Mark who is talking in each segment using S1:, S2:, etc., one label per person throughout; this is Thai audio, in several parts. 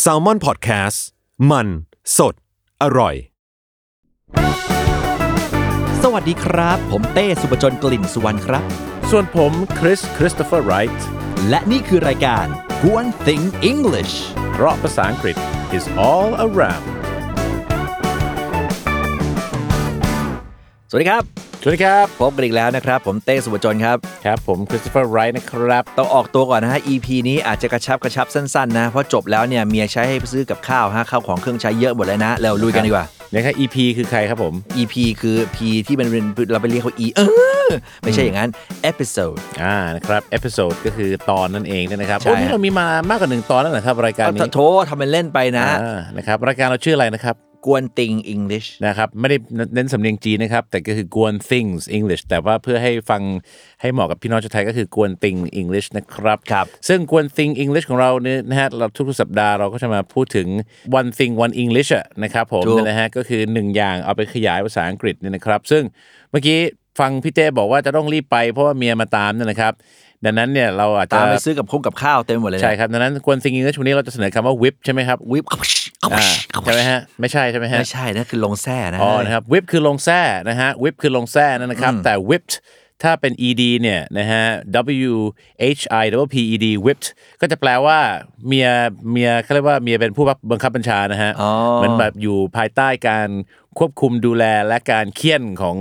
S1: แซลมอนพอดแคสต์มันสดอร่อย
S2: สวัสดีครับ ผมเต้สุปจนกลิ่นสุวรรณครับ
S3: ส่วนผมคริสคริสโตเฟอร์ไรท์
S2: และนี่คือรายการ One Thing English
S3: เพราะภาษาอังกฤษ is all around
S2: สวัสดีครับ
S3: สวัสดีครับ
S2: พบกันอีกแล้วนะครับ ผมเต้สุปจนครับ
S3: ครับ ผมคริสโตเฟอร์ไรท์นะครับ
S2: ต้องออกตัวก่อนนะฮะ EP นี้อาจจะกระชับกระชับสั้นๆนะ เพราะจบแล้วเนี่ยเมียใช้ให้ซื้อกับข้าวฮะข้าวของเครื่องใช้เยอะหมดเลยนะเราลุยกันดีกว่า
S3: นะครับ EP คือใครครับผม
S2: EP คือ P ที่มันเป็นเราไปเรียกเขา E เออไม่ใช่อย่างนั้น episode
S3: อ่านะครับเอพิโซดก็คือตอนนั่นเองเนยนะครับ
S2: ใช่
S3: โอ้นี่
S2: ฮะ
S3: เรามีมามากกว่าหนึ่งตอนแล้วนะครับ รายการนี้
S2: โททำเป็นเล่นไปนะ
S3: อ่านะครับรายการเราชื่ออะไรนะครับ
S2: กวนติง English
S3: นะครับไม่ได้เน้นสำเนียงจีนนะครับ แต่ก็คือกวน things English แต่ว่าเพื่อให้ฟังให้เหมาะกับพี่น้องชาวไทยก็คือกวน thing English นะครับ
S2: ครับ
S3: ซึ่งกวน thing English ของเราเนี่ยนะฮะเราทุกๆสัปดาห์เราก็จะมาพูดถึง one thing one English อะนะครับผม
S2: ถูก
S3: นั่นนะฮะก็คือหนึ่งอย่างเอาไปขยายภาษาอังกฤษเนี่ยนะครับ ซึ่งเมื่อกี้ฟังพี่เต้บอกว่าจะต้องรีบไปเพราะว่าเมียมาตามเนี่ยนะครับ ดังนั้นเนี่ยเราอาจ
S2: ตา
S3: จะ
S2: มไปซื้อกับคงกับข้าวเต็มไปหมดเลยนะ
S3: ใช่ครับดังนั้นกวนซิงอิงลิชวันนี้เราจะเสนอคำว่า whip ใช่ไหมครับ
S2: วิบ
S3: อ่าใช่ไหมฮะ ไม่ใช่ใช่ไหมฮะ
S2: ไม่ใช่นะคือลงแซ่นะ
S3: อ๋อนะครับ whip คือลงแซ่นะฮะ whip คือลงแซ่นั่นนะครับ แต่ whipped ถ้าเป็น ed เนี่ยนะฮะ w h i w p e d whipped ก็จะแปลว่าเมียเมียเขาเรียกว่าเมียเป็นผู้บังคับบัญชานะฮะ
S2: อ๋อ
S3: เหมือนแบบอยู่ภายใต้การควบคุมดูแลและการเคี่ยนของ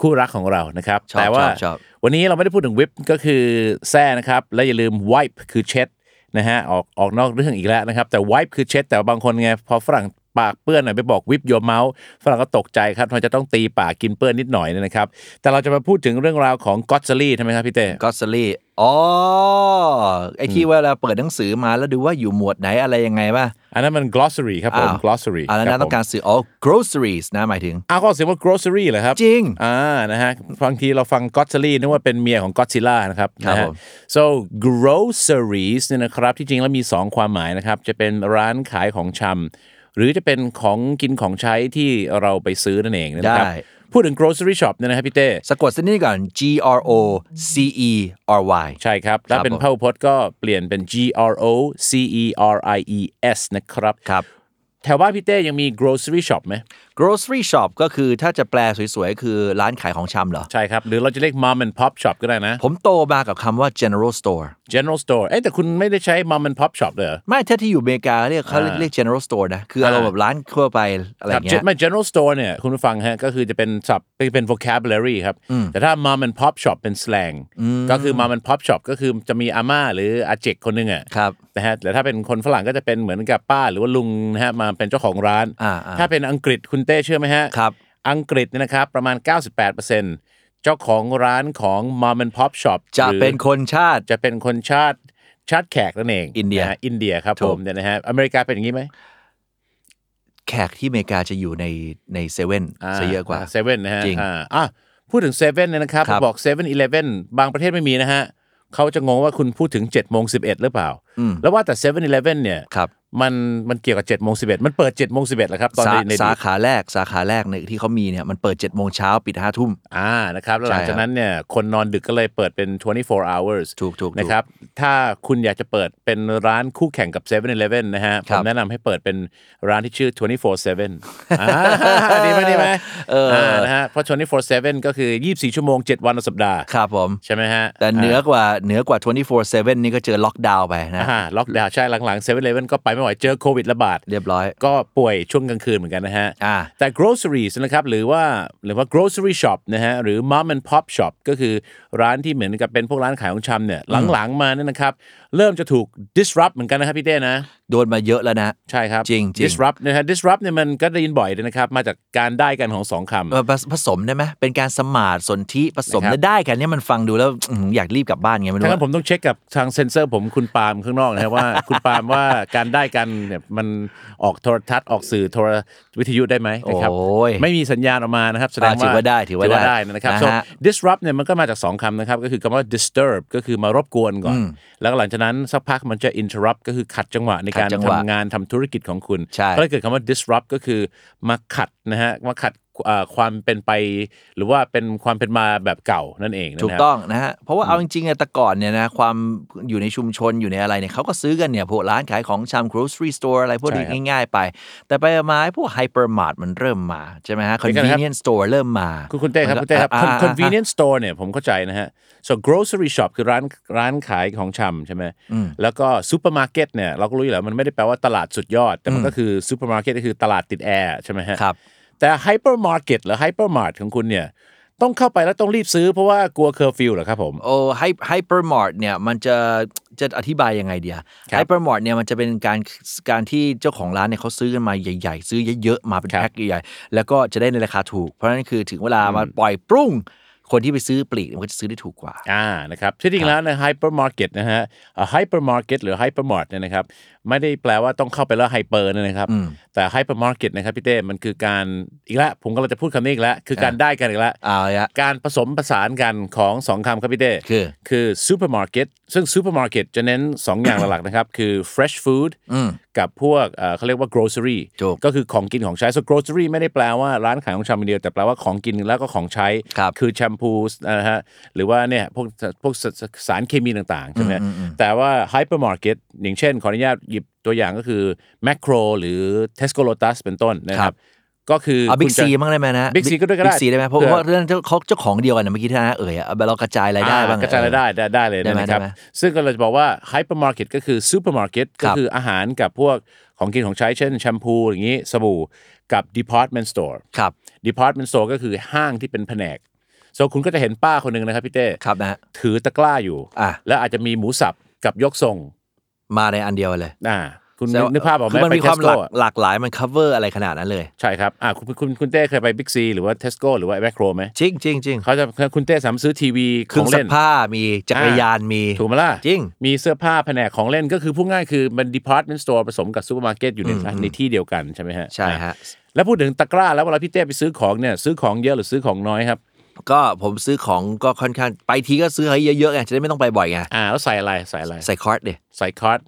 S3: คู่รักของเรานะครับ
S2: ชอบ
S3: แต่ว่า
S2: ชอบชอบ
S3: วันนี้เราไม่ได้พูดถึงวิปก็คือแซ่นะครับ และอย่าลืม wipe คือเช็ดนะฮะออกออกนอกเรื่องอีกแล้วนะครับ แต่ wipe คือเช็ด แต่ว่าบางคนไงพอฝรั่งปากเปื้อนหน่อยไปบอกวิปโยเมาส์ฝรั่งก็ตกใจครับมันจะต้องตีปากกินเปื้อนนิดหน่อยเนี่ยนะครับ แต่เราจะมาพูดถึงเรื่องราวของก็อตซลี่ใช่ไหมครับพี่เต้
S2: ก็สลี่อ๋อ ไอที่เวลาเปิดหนังสือมาแล้วดูว่าอยู่หมวดไหนอะไรยังไงป่ะ
S3: อันนั้นมัน glossary ครับผม
S2: อ้าว
S3: glossary
S2: อ่าแล้ว
S3: ค
S2: นะ
S3: บผม
S2: ต้องการสื่ออ๋อ groceries นะหมายถึง
S3: อ้าวก็ออกเสียงว่า grocery เหรอครับ
S2: จริง
S3: อ่านะฮะบางทีเราฟังก็อตซลี่นึกว่าเป็นเมียของก็อตซิล่านะครับ
S2: ครับ
S3: นะฮะ
S2: ผม
S3: so groceries เนี่ยนะครับที่จริงแล้วมี 2 ความหมายนะครับ จะเป็นร้านขายของชำหรือจะเป็นของกินของใช้ที่เราไปซื้อนั่นเองนะครับ
S2: ได้
S3: พูดถึง grocery shop เนี่ยนะครับพี่เต้
S2: สะกดสักนิดก่อน G R O C E R Y
S3: ใช่ครับ ถ้าเป็น
S2: ผม
S3: พหุพจน์ก็เปลี่ยนเป็น G R O C E R I E S นะครับ
S2: ครับ
S3: แถวบ้านพี่เต้ยังมี grocery shop ไหม
S2: grocery shop ก็คือถ้าจะแปลสวยๆ คือร้านขายของชำเหรอ
S3: ใช่ครับ หรือเราจะเรียก mom and pop shop ก็ได้นะ
S2: ผมโตมากับคำว่า general store
S3: general store เอ๊ะแต่คุณไม่ได้ใช้ mom and pop shop เลยเหรอ
S2: ไม่ถ้าที่อยู่อเมริกาเรียกเขาเรียก general store นะ คืออารมณ์แบบร้านทั่วไปอะไรอ
S3: ครับ
S2: ย่างเงี้ย
S3: ไม่ general store เนี่ยคุณผู้ฟังฮะก็คือจะเป็นศัพท์เป็น vocabulary ครับ แต่ถ้า mom and pop shop เป็น slang ก็คือ mom and pop shop ก็คือจะมีอาม่าหรืออาเจกคนหนึงอ่ะ
S2: ครับ
S3: นะฮะแต่ถ้าเป็นคนฝรั่งก็จะเป็นเหมือนกับป้าหรือว่าลุงนะฮะมาเป็นเจ้าของร้าน
S2: อ่าอ่า
S3: ถ้าเป็นอังกฤษคุณเต้เชื่อไหมฮะ
S2: ครับ
S3: อังกฤษเนี่ยนะครับประมาณ 98%เจ้าของร้านของ mom and pop shop
S2: จะ
S3: หรือ
S2: เป็นคนชาติ
S3: จะเป็นคนชาติชาติแขกนั่นเอง
S2: อินเดีย
S3: ะฮะอินเดียครับ
S2: ถู
S3: ผ
S2: ก
S3: มเนี่ยนะฮะอเมริกาเป็นอย่างนี้ไหม
S2: แขกที่อเมริกาจะอยู่ในในเซเว่นซะเยอะกว่า
S3: เซเว่นนะฮะ
S2: จริง
S3: อ่าอ่ะพูดถึงเซเว่นเนี่ยนะครับ
S2: ครับ
S3: บอกเซเว่นอีเลฟเว่นบางประเทศไม่มีนะฮะเขาจะงงว่าคุณพูดถึง7จ็ดโมงสิหรือเปล่า แล้วว่าแต่เซเว่นอีเลฟเว่นเนี่ย
S2: ครับ
S3: มันมันเกี่ยวกับ7จ็ดโมงสิมันเปิด7จ็ดโมงสิเหรอครับตอน
S2: สา
S3: ในใน
S2: สา
S3: ดี
S2: ขาแรกสาขาแรกในที่เขามีเนี่ยมันเปิด7จ็ดโมงเช้าปิดห้าทุ่ม
S3: อ่านะครับแล้วหลังจากนั้นเนี่ยคนนอนดึกก็เลยเปิดเป็น 24 hours
S2: ถูกถูกถูก
S3: นะครับถ้าคุณอยากจะเปิดเป็นร้านคู่แข่งกับ7 e เ e ่ e อนะฮะ
S2: ค
S3: ผ
S2: รับ
S3: มแนะนำให้เปิดเป็นร้านที่ชื่อ 24/7อ่า ดีไหมดีไหมอ่านะฮะเพราะ 24/7 ก็คือ 24 ชั่วโมง 7 วันต่อสัปดาห์
S2: ครับผม
S3: ใช่ไหมฮะ
S2: แต่เหนือกว่าเหนือกว่า 24/7 นี่ก็เจอล็อกดาวน์ไปนะ
S3: ล็อกดาวใช่หลังๆ7 e เ e ่ e ก็ไปไม่ ไหวเจอโควิดระบาด
S2: เรียบร้อย
S3: ก็ป่วยช่วงกลางคืนเหมือนกันนะฮะ
S2: อ่า
S3: แต่ groceries นะครับหรือว่าหรือว่า grocery shop นะฮะหรือ mom and pop shop ก็คือร้านที่เหมือนกับเป็นพวกร้านขายของชำเนี่ยหลังๆมาเนี่ยนะครับ เริ่มจะถูก disrupt เหมือนกันนะครับพี่เต้นะ
S2: โดนมาเยอะแล้วนะ
S3: ใช่ครับ
S2: จริงๆ
S3: disrupt นะฮะ disrupt เนี่ยมันก็ได้ยินบ่อยเลยนะครับ มาจากการได้กันของสองคำ
S2: เอ่อผสผสมได้ไหมเป็นการสมานสนธิผสม
S3: นะครับ
S2: ได้ได้กันเนี่ยมันฟังดูแล้วอื้อหืออยากรีบกลับบ้านไงไม่
S3: ทั้
S2: รู้
S3: งนั้นผมต้องเช็คกับทางเซนเซอร์ผมคุณปาล์มข้างนอกนะครับว่า คุณปาล์มว่าการได้กันเนี่ยมันออกโทรทัศน์ออกสื่อโทรวิทยุได้ไหมนะครับ
S2: โอ้ย
S3: ไม่มีสัญญาณออกมานะครับแสดง
S2: อ่าถือว่าได้ถือว่าได้
S3: นะครับ
S2: นะ
S3: so
S2: ฮะ
S3: disrupt เนี่ยมันก็มาจาก 2คำนะครับ ก็คือคำว่า disturb ก็คือมารบกวนก่อน แล้วก็หลังจากนั้นสักพักมันจะ interrupt ก็คือขัดจังหวะในกา
S2: ขั
S3: ร
S2: ดจังห
S3: ทำ
S2: วะ
S3: งานทำธุรกิจของคุณ
S2: ใช่
S3: ก็เลยเกิดคำว่า disrupt ก็คือมาขัดนะฮะมาขัดเอ่อความเป็นไป หรือว่าเป็นความเป็นมาแบบเก่านั่นเองนะครับ
S2: ถูกต้องนะฮะ เพราะว่าเอาจริงๆอะแต่ก่อนเนี่ยนะความอยู่ในชุมชนอยู่ในอะไรเนี่ยเขาก็ซื้อกันเนี่ยพวกร้านขายของชำ grocery store อะไรพวกนี้
S3: ใช่ครับ
S2: ง่ายๆไป แต่ไปมาไอ้พวก hypermart มันเริ่มมา ใช่ไหมฮะ
S3: เดี๋ยวก่อนนะครับ
S2: convenience store เริ่มมา
S3: คุณคุณเต้ครับ
S2: มัน
S3: คุณ
S2: ก็
S3: เต้ครับ
S2: อ่า
S3: Con-
S2: อ่าอ่า
S3: convenience store เนี่ยผมเข้าใจนะฮะ so grocery shop คือร้านร้านขายของชำใช่ไหมแล้วก็ supermarket เนี่ยเราก็รู้อยู่แล้วมันไม่ได้แปลว่าตลาดสุดยอด แต่มันก็คือ supermarket ก็คือตลาดติดแอร์ใช่ไหมฮะ
S2: ครับ
S3: แต่ hypermarket หรือ hypermart ของคุณเนี่ยต้องเข้าไปแล้วต้องรีบซื้อเพราะว่ากลัวเคอร์ฟิวเหรอครับผม
S2: โอ้ไฮไฮเปอร์มอร์ทเนี่ยมันจะจะอธิบายยังไงเดีย
S3: ครับ
S2: ไฮเปอร์มอร์ทเนี่ยมันจะเป็นการการที่เจ้าของร้านเนี่ยเขาซื้อกันมาใหญ่ ๆ ซื้อเยอะๆมาเป็น
S3: ครับ
S2: แพ็คใหญ่ๆแล้วก็จะได้ในราคาถูก เพราะฉะนั้นคือถึงเวลามาปล่อยปรุง คนที่ไปซื้อปลีกมันก็จะซื้อได้ถูกกว่า
S3: ่านะครับที่จริงแล้วในไฮเปอร์มาร์เก็ตนะฮะไฮเปอร์มาร์เก็ตหรือไฮเปอร์มารเนี่ยนะครับไม่ได้แปลว่าต้องเข้าไปแล้วไฮเปอร์นะครับ แต่ไฮเปอร์มาร์เก็ตนะครับพี่เต้มันคือการอีกแล้วผมก็เราจะพูดคำนี้อีกแล้วคือการได้กันอีกแล้ว
S2: เอาละ
S3: การผสมผสานกันของสองคำครับพี่เต้
S2: คือ
S3: คือซูเปอร์มาร์เก็ตซึ่งซูเปอร์มาร์เก็ตจะเน้น สองอย่างหลักๆนะครับคือ fresh food กับพวกเอ่อเขาเรียกว่า grocery
S2: ถูก
S3: ก็คือของกินของใช้ so grocery ไม่ได้แปลว่าร้านขายของชำอย่างเดียวแต่แปลว่าของกินแล้วก็ของใช้
S2: ครับ
S3: คือแชมพูนะฮะหรือว่าเนี่ยพวกพวกสสสารเคมีต่างๆใช่ไหมแต่ว่าไฮเปอร์มาร์เก็ตอย่างเช่น ขออนุญาตหยิบตัวอย่างก็คือแมคโครหรือเทสโก l o ตัสเป็นต้นนะค
S2: ครั
S3: รับ
S2: บ
S3: ก็คือ
S2: เอาบิ๊ก
S3: คุณจะ
S2: ซีมั้างได้ไหมนะ
S3: Big C ก็ด้วยก็ได้
S2: บิ๊กซีได้ไหมเพราะว่าเรื่องเจ้าเขาเจ้าของเดียวกันนะเมื่อกี้ที่นะเอ๋ยอะเอาไปเรากระจายรายได้บ้าง
S3: อ่กระจายรายได้ได้ได้เลย
S2: ได้ไหม
S3: นะครับ
S2: ได้ไหม
S3: ซึ่งก็เราจะบอกว่าไฮเปอร์มาร์เก็ตก็คือซูเปอร์มาร์เก็ต
S2: ค
S3: ก็
S2: รับ
S3: คืออาหารกับพวกของกินของใช้เช่นแชมพูอย่างนี้สบู่กับ Department Store
S2: ครับ
S3: Department Store ก็คือห้างที่เป็นแผนกโซคุณก็จะเห็นป้าคนหนึ่งนะครับพี่เต้
S2: ครับนะฮะ
S3: ถือตะกร้าอยู่
S2: อ่ะ
S3: แล้วอาจจะมีหมูสับกับยกทรง
S2: มาในอันเดียวเลย
S3: อ่าคุณ
S2: แต่
S3: นึกภาพออกไหม
S2: คือมัน
S3: ไป
S2: มี
S3: เท
S2: ความ
S3: ส
S2: ห
S3: โก้
S2: ลากหลากหลายมัน cover อะไรขนาดนั้นเลย
S3: ใช่ครับอ่าคุณคุณคุณเต้เคยไปบิ๊กซีหรือว่าเทสโก้หรือว่าแมคโครไหม
S2: จริงจริงจริง
S3: เขาจะคุณเต้สามารถซื้อทีวี
S2: เค
S3: ข
S2: รื่อ
S3: อง ง
S2: ซั
S3: เล่
S2: ก
S3: น
S2: ผ้ามีจักรยานมี
S3: ถูกไหมล่ะ
S2: จริง
S3: มีเสื้อผ้าแผนกของเล่นก็คือพูดง่ายคือมัน department store ผสมกับซูเปอร์มาร์เก็ตอยู่ในในที่เดียวกันใช่ไหมฮะ
S2: ใช่
S3: อ่
S2: ฮะ
S3: แล้วพูดถึงตะกร้าแล้วเวลาพี่เต้ไปซื้อของเนี่ยซื้อของเยอะหรือซื้อของน้อยครับ
S2: ก็ผมซื้อของก็ค่อนข้างไปทีก็ซื้อให้เยอะๆไงจะได้ไม่ต้องไปบ่อยไง
S3: อ่าแล้วใส่อะไรใส่อะไร
S2: ใส่คอร์ดเดีย
S3: ใส่คาร์ด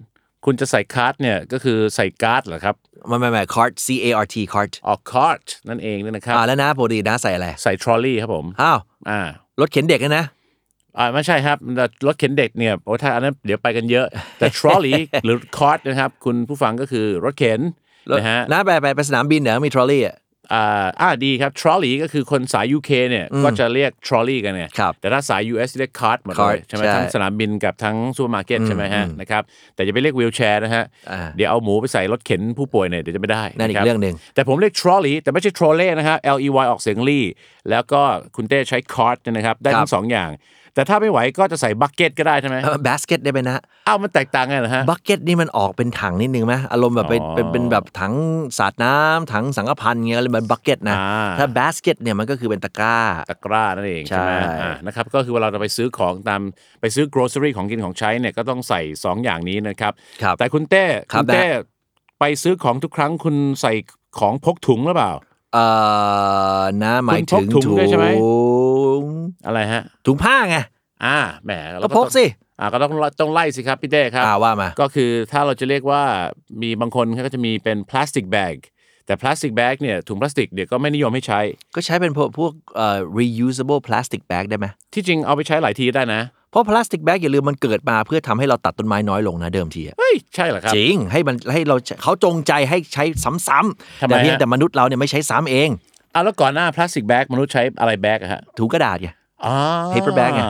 S3: คุณจะใส่คาร์ดเนี่ยก็คือใส่การ์ดเหรอครับ
S2: ไม่ไม่ไม่คอร์ด C A R T คอร์ด
S3: ออกคาร์ดนั่นเองเนี่ยนะครับ
S2: อ่าแล้วนะปกตินะใส่อะไร
S3: ใส่ทรอลลี่ครับผม
S2: อ้าว
S3: อ่าร
S2: ถเข็นเด็กนะนะ
S3: อ่าไม่ใช่ครับรถเข็นเด็กเนี่ยโอ้ถ้าอันนั้นเดี๋ยวไปกันเยอะ แต่ trolley หรือ cart นะครับ คุณผู้ฟังก็คือรถเข็น
S2: รถ
S3: นะฮะ
S2: นะไปไปไปสนามบินเดี๋ยวมีทรอลลี่อ่ะ
S3: อ่าอ่าดีครับ trolley ก็คือคนสาย UK เนี่ยก็จะเรียก trolley กันเนี่ย
S2: ครับ
S3: แต่ถ้าสาย US เรียก cart หมดเล
S2: cart
S3: ยใช่ไหม
S2: ใช่
S3: ทั้งสนามบินกับทั้งซูเปอร์มาร์เก็ตใช่ไหมฮะนะครับแต่จะไปเรียก wheelchair นะฮะ
S2: อ่า
S3: เดี๋ยวเอาหมูไปใส่รถเข็นผู้ป่วยเนี่ยเดี๋ยวจะไม่ได้
S2: นั่นอีก
S3: ะคบ
S2: เรื่องหนึ่ง
S3: แต่ผมเรียก trolley แต่ไม่ใช่ trolley นะครับ L E Y ออกเสียงลี่แล้วก็คุณเต้ใช้ cart เนี่ยนะครับได้ทั้งสองอย่าง แต่ถ้าไม่ไหวก็จะใส่ bucket ก็ได้ใช่ไหม
S2: บสเกตได้ไหมนะ
S3: อ้าวมันแตกต่างไงเหรอฮะ
S2: บักเก็ตนี่มันออกเป็นถังนิดนึงไหมอารมณ์แบบเป็น
S3: อ๋อ
S2: เป็นเป็นแบบถังสาดน้ำถังสังกะพันเงี้ยเลยมันบักเก็ตนะ
S3: อ่า
S2: ถ้าบสเกตเนี่ยมันก็คือเป็นตะกร้า
S3: ตะกร้านั่นเองใช่ไหม
S2: ใช่
S3: อ่านะครับก็คือเวลาเราไปซื้อของตามไปซื้อ grocery ของกินของใช้เนี่ยก็ต้องใส่ 2 อย่างนี้นะครับ
S2: ครับ
S3: แต่คุณเต้
S2: ครั
S3: คุ
S2: บ
S3: ณเต้
S2: ได้
S3: ไปซื้อของทุกครั้งคุณใส่ของพกถุงหรือเปล่า
S2: เอ่อนะหมายถึง
S3: คุณพกถุงด้วยใช่ไหม
S2: ถุง
S3: อะไรฮะ
S2: ถุงผ้าไง
S3: อ่าแหมเรา
S2: ก็พก
S3: ต้อง
S2: สิ
S3: อ่าก็ต้องต้องไล่สิครับพี่เต้ครับ
S2: อ่าว่ามา
S3: ก็คือถ้าเราจะเรียกว่ามีบางคนเขาก็จะมีเป็นพลาสติกแบกแต่พลาสติกแบกเนี่ยถุงพลาสติกเดี๋ยวก็ไม่นิยมให้ใช้
S2: ก็ใช้เป็นพวกพวกเอ่อ reusable plastic bag ได้ไหม
S3: ที่จริงเอาไปใช้หลายทีได้นะ
S2: เพราะ plastic bag อย่าลืมมันเกิดมาเพื่อทำให้เราตัดต้นไม้น้อยลงนะเดิมทีอะ
S3: เฮ้ยใช่เหรอครับ
S2: จริง ให้มันให้เราเขาจงใจให้ใช้ซ้ำๆ
S3: ทำไม
S2: แต่เพียง
S3: ฮะ
S2: แต่มนุษย์เราเนี่ยไม่ใช้ซ้ำเอง
S3: อ่าแล้วก่อนหน้าพลาสติกแบกมนุษย์ใช้อะไรแบกอะฮะ
S2: ถุงกระดาษไง
S3: อ่า
S2: Paper bag ไง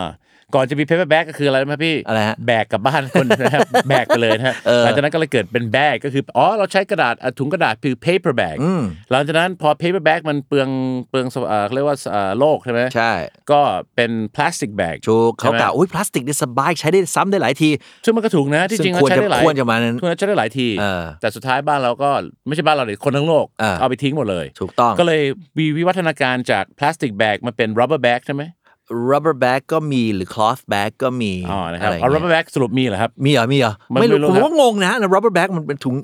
S3: ก่อนจะมีเพเปอร์แบกก็คืออะไรรู้ไหมพี่
S2: อะไรฮะ
S3: แบกกลับบ้านคนนะครับ แบกไปเลยนะฮะ
S2: เออ
S3: หลังจากนั้นก็เลยเกิดเป็นแบกก็คืออ๋อเราใช้กระดาษอ่ะถุงกระดาษคือ paper bag
S2: อืม
S3: หลังจากนั้นพอ paper bag มันเปลืองเปลืองสภาเอ่อเขาเรียกว่าเอ่อโลกใช่ไหม
S2: ใช่
S3: ก็เป็น plastic bag
S2: ถูกเขา
S3: ใช่ไหม
S2: กล่าวอุ้ยพลาสติกนี่สบายใช้ได้ซ้ำได้หลายที
S3: ซึ่งมันก็ถูกนะที่จริง
S2: ซึ่
S3: มั
S2: ง
S3: นใช้ได้หลาย
S2: ควรจะควรจะมานั้น
S3: ควรจะใช้ได้หลายที
S2: เออ
S3: แต่สุดท้ายบ้านเราก็ไม่ใช่บ้านเราเลยคนทั้งโลก
S2: เออ
S3: เอาไปทิ้งหมดเลย
S2: ถูกต้อง
S3: ก็เลยมีวิวัฒนาการจากพลาสติกแบกมาเป็น rubber bag ใช่ไหม
S2: rubber bag ก็มีหรือ cloth bag ก็มี
S3: อ๋อนะครับ
S2: ไร
S3: เอา
S2: ย่างเงี้ย
S3: rubber bag สรุปมีเหรอครับ
S2: มีเหรอ มีเหรอ
S3: มัน
S2: ไม่รู้
S3: ไม่รู้
S2: ผม
S3: ครับ
S2: ว่างงนะ rubber bag มันเป็นถุง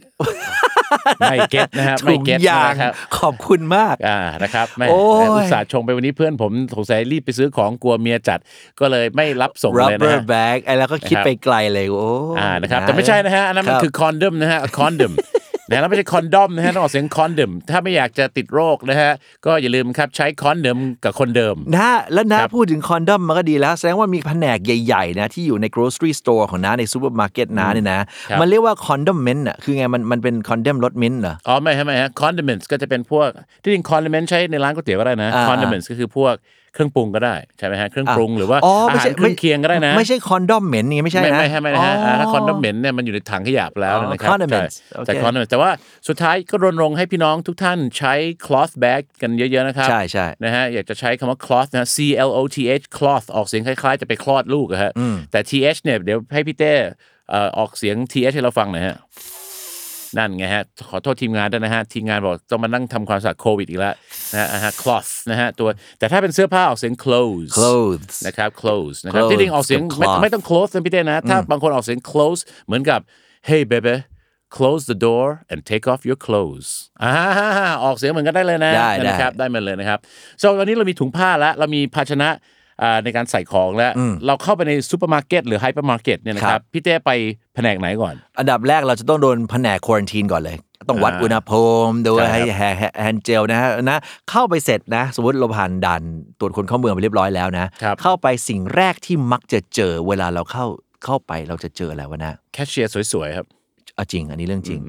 S3: ไม่เก็ตนะครับ
S2: ถุ
S3: ไม่
S2: ง
S3: เก็ต
S2: ยาง
S3: นะครับ
S2: ขอบคุณมาก
S3: อ่านะครับไม่
S2: โอ้ย
S3: อุตส่าห์ชงไปวันนี้เพื่อนผมสงสัยรีบไปซื้อของกลัวเมียจัด ก็เลยไม่รับส่งเลยนะ
S2: rubber
S3: ฮะ
S2: bag ไอ้แล้วก็คิด
S3: นะครับ
S2: ไปไกลเลยโอ้
S3: อ่านะครับแต่ไม่ใช่นะฮะอันนั้นมันคือคอนดอมนะฮะคอนดอมนะแล้วไม่ใช่คอนดอมนะฮะต้องออกเสียงคอนดอมถ้าไม่อยากจะติดโรคนะฮะก็อย่าลืมครับใช้คอนดอมกับคนเดิม
S2: นะแล้วนะครับ พูดถึงคอนดอมมันก็ดีแล้ว แสดงว่ามีแผนกใหญ่ๆนะที่อยู่ใน grocery store ของน้าใน supermarket น้าเนี่ยนะ มันเรียกว่าคอนดอมเมนต์อ่ะคือไงมันมันเป็นคอนดอมรสเมนต์เหรอ
S3: อ๋อไม่ฮะไม่ฮะ condiments ก็จะเป็นพวกที่จริง condiments ใช้ในร้านก๋วยเตี๋ยวก็ได้นะ
S2: อ่า
S3: condiments ก็คือพวกเครื่องปรุงก็ได้ใช่ไหมฮะเครื่องปรุงหรือว่า
S2: อ๋อ
S3: อา
S2: ไม่
S3: หาร
S2: ใช่
S3: เครื่องเคียงก็ได้นะ
S2: ไม่ใช่คอนดอมเมนต์นี่ไม่ใช่
S3: ไม่
S2: นะ
S3: ไม่ฮะไม่นะฮะ
S2: อ๋อ
S3: อ่าถ้า condiment เนี่ยมันอยู่ในถังขยะไปแล้ว
S2: อ๋อ
S3: นะครับ
S2: condiments
S3: ใช่แต่
S2: โอเค
S3: condiment แต่ว่าสุดท้ายก็รณรงค์ให้พี่น้องทุกท่านใช้ cloth bag กันเยอะ ๆ นะครับ
S2: ใช่ใช่
S3: นะฮะอยากจะใช้คำว่า cloth นะ C L O T H cloth ออกเสียงคล้ายๆ จะไปคลอดลูกอะฮะแต่ T H เนี่ยเดี๋ยวให้พี่เต้เอ่อออกเสียง T H ให้เราฟังหน่อยฮะ นั่นไงฮะ ขอโทษทีมงานด้วยนะฮะ ทีมงานบอกต้องมานั่งทำความสะอาดโควิดอีกแล้วนะฮะอ่าฮะ cloth นะฮะตัวแต่ถ้าเป็นเสื้อผ้าออกเสียง clothes
S2: clothes
S3: นะครับ clothes นะครับ
S2: clothes
S3: ที่จริงออกเสียง
S2: กับ
S3: ไม่
S2: cloth
S3: ไม่ต้อง close นะพี่เต้นะ ถ้าบางคนออกเสียง close เหมือนกับ hey baby close the door and take off your clothes อ่าออกเสียงเหมือนกันได้เลยนะ
S2: ได้ได้
S3: นะครับ ได้มาเลยนะครับ so วันนี้เรามีถุงผ้าแล้ว เรามีภาชนะอ่าในการใส่ของแล้ว เราเข้าไปในซูเปอร์มาร์เก็ตหรือไฮเปอร์มาร์เก็ตเนี่ยนะครับ พี่เต้ไปแผนกไหนก่อน
S2: อันดับแรกเราจะต้องโดนแผนกควอนตีนก่อนเลย ต้องวัด
S3: อ่า
S2: อุณหภูมิดู
S3: ใช่ครับ
S2: ให้แฮแฮนด์เจลนะฮะนะเข้าไปเสร็จนะ สมมติเราผ่านด่านตรวจคนเข้าเมืองไปเรียบร้อยแล้วนะ
S3: ครับ
S2: เข้าไปสิ่งแรกที่มักจะเจอเวลาเราเข้าเข้าไปเราจะเจออะไรวะนะ
S3: แคชเชียร์สวยๆครับ
S2: เอาจริง อันนี้เรื่องจริง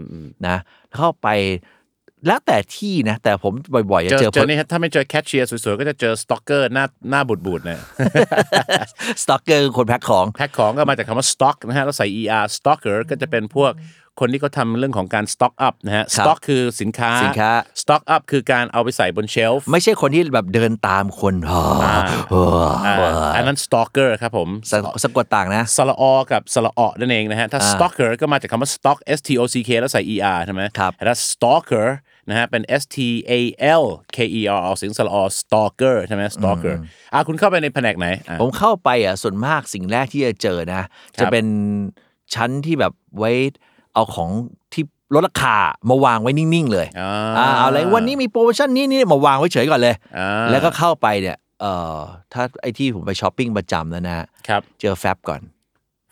S2: นะเข้าไปแล้วแต่ที่นะ แต่ผมบ่อยๆจะเจ
S3: เจอ
S2: อ
S3: เจอนี่ฮะถ้าไม่เจอแคชเชียร์สวยๆ ก็จะเจอสต็อกเกอร์หน้าหน้าบูดๆเนี่ย
S2: สต็อกเกอร์คนแพ็คของ
S3: แพ็คของก็มาจากคำว่าสต็อกนะฮะแล้วใส่ er stalker ก็จะเป็นพวกคนที่เขาทำเรื่องของการสต็อกอัพนะฮะสต็อกคือสินค้า
S2: สินค้า
S3: สต็อกอัพคือการเอาไปใส่บนเชลฟ์
S2: ไม่ใช่คนที่แบบเดินตามคนอ๋ออ๋ออ๋อ
S3: อันนั้นสต็อกเกอร์ครับผม
S2: สะสะกดต่างนะ
S3: สละออกับสละออนั่นเองนะฮะ ถ้า stalker ก็มาจากคำว่า stalk s t o c k แล้วใส่ er ใช่ไหม
S2: ครับ
S3: แต่ถ้า stalker นะฮะ เป็น s t a l k e r ออกเสียงสละออ stalker ใช่ไหม stalker อ่ะคุณเข้าไปในแผนกไหนอ่ะ
S2: ผมเข้าไปอ่ะส่วนมากสิ่งแรกที่จะเจอนะ
S3: ครับ
S2: จะเป็นชั้นที่แบบไว้เอาของที่ลดราคามาวางไว้นิ่ง ๆ เลย
S3: อ่า
S2: าเอาอะไรวันนี้มีโปรโมชั่นนี้นี่มาวางไว้เฉยก่อนเลย
S3: อ่า
S2: แล้วก็เข้าไปเนี่ยเอ่อถ้าไอ้ที่ผมไปช้อปปิ้งประจำนะนะ
S3: ครับ
S2: เจอแฟบก่อน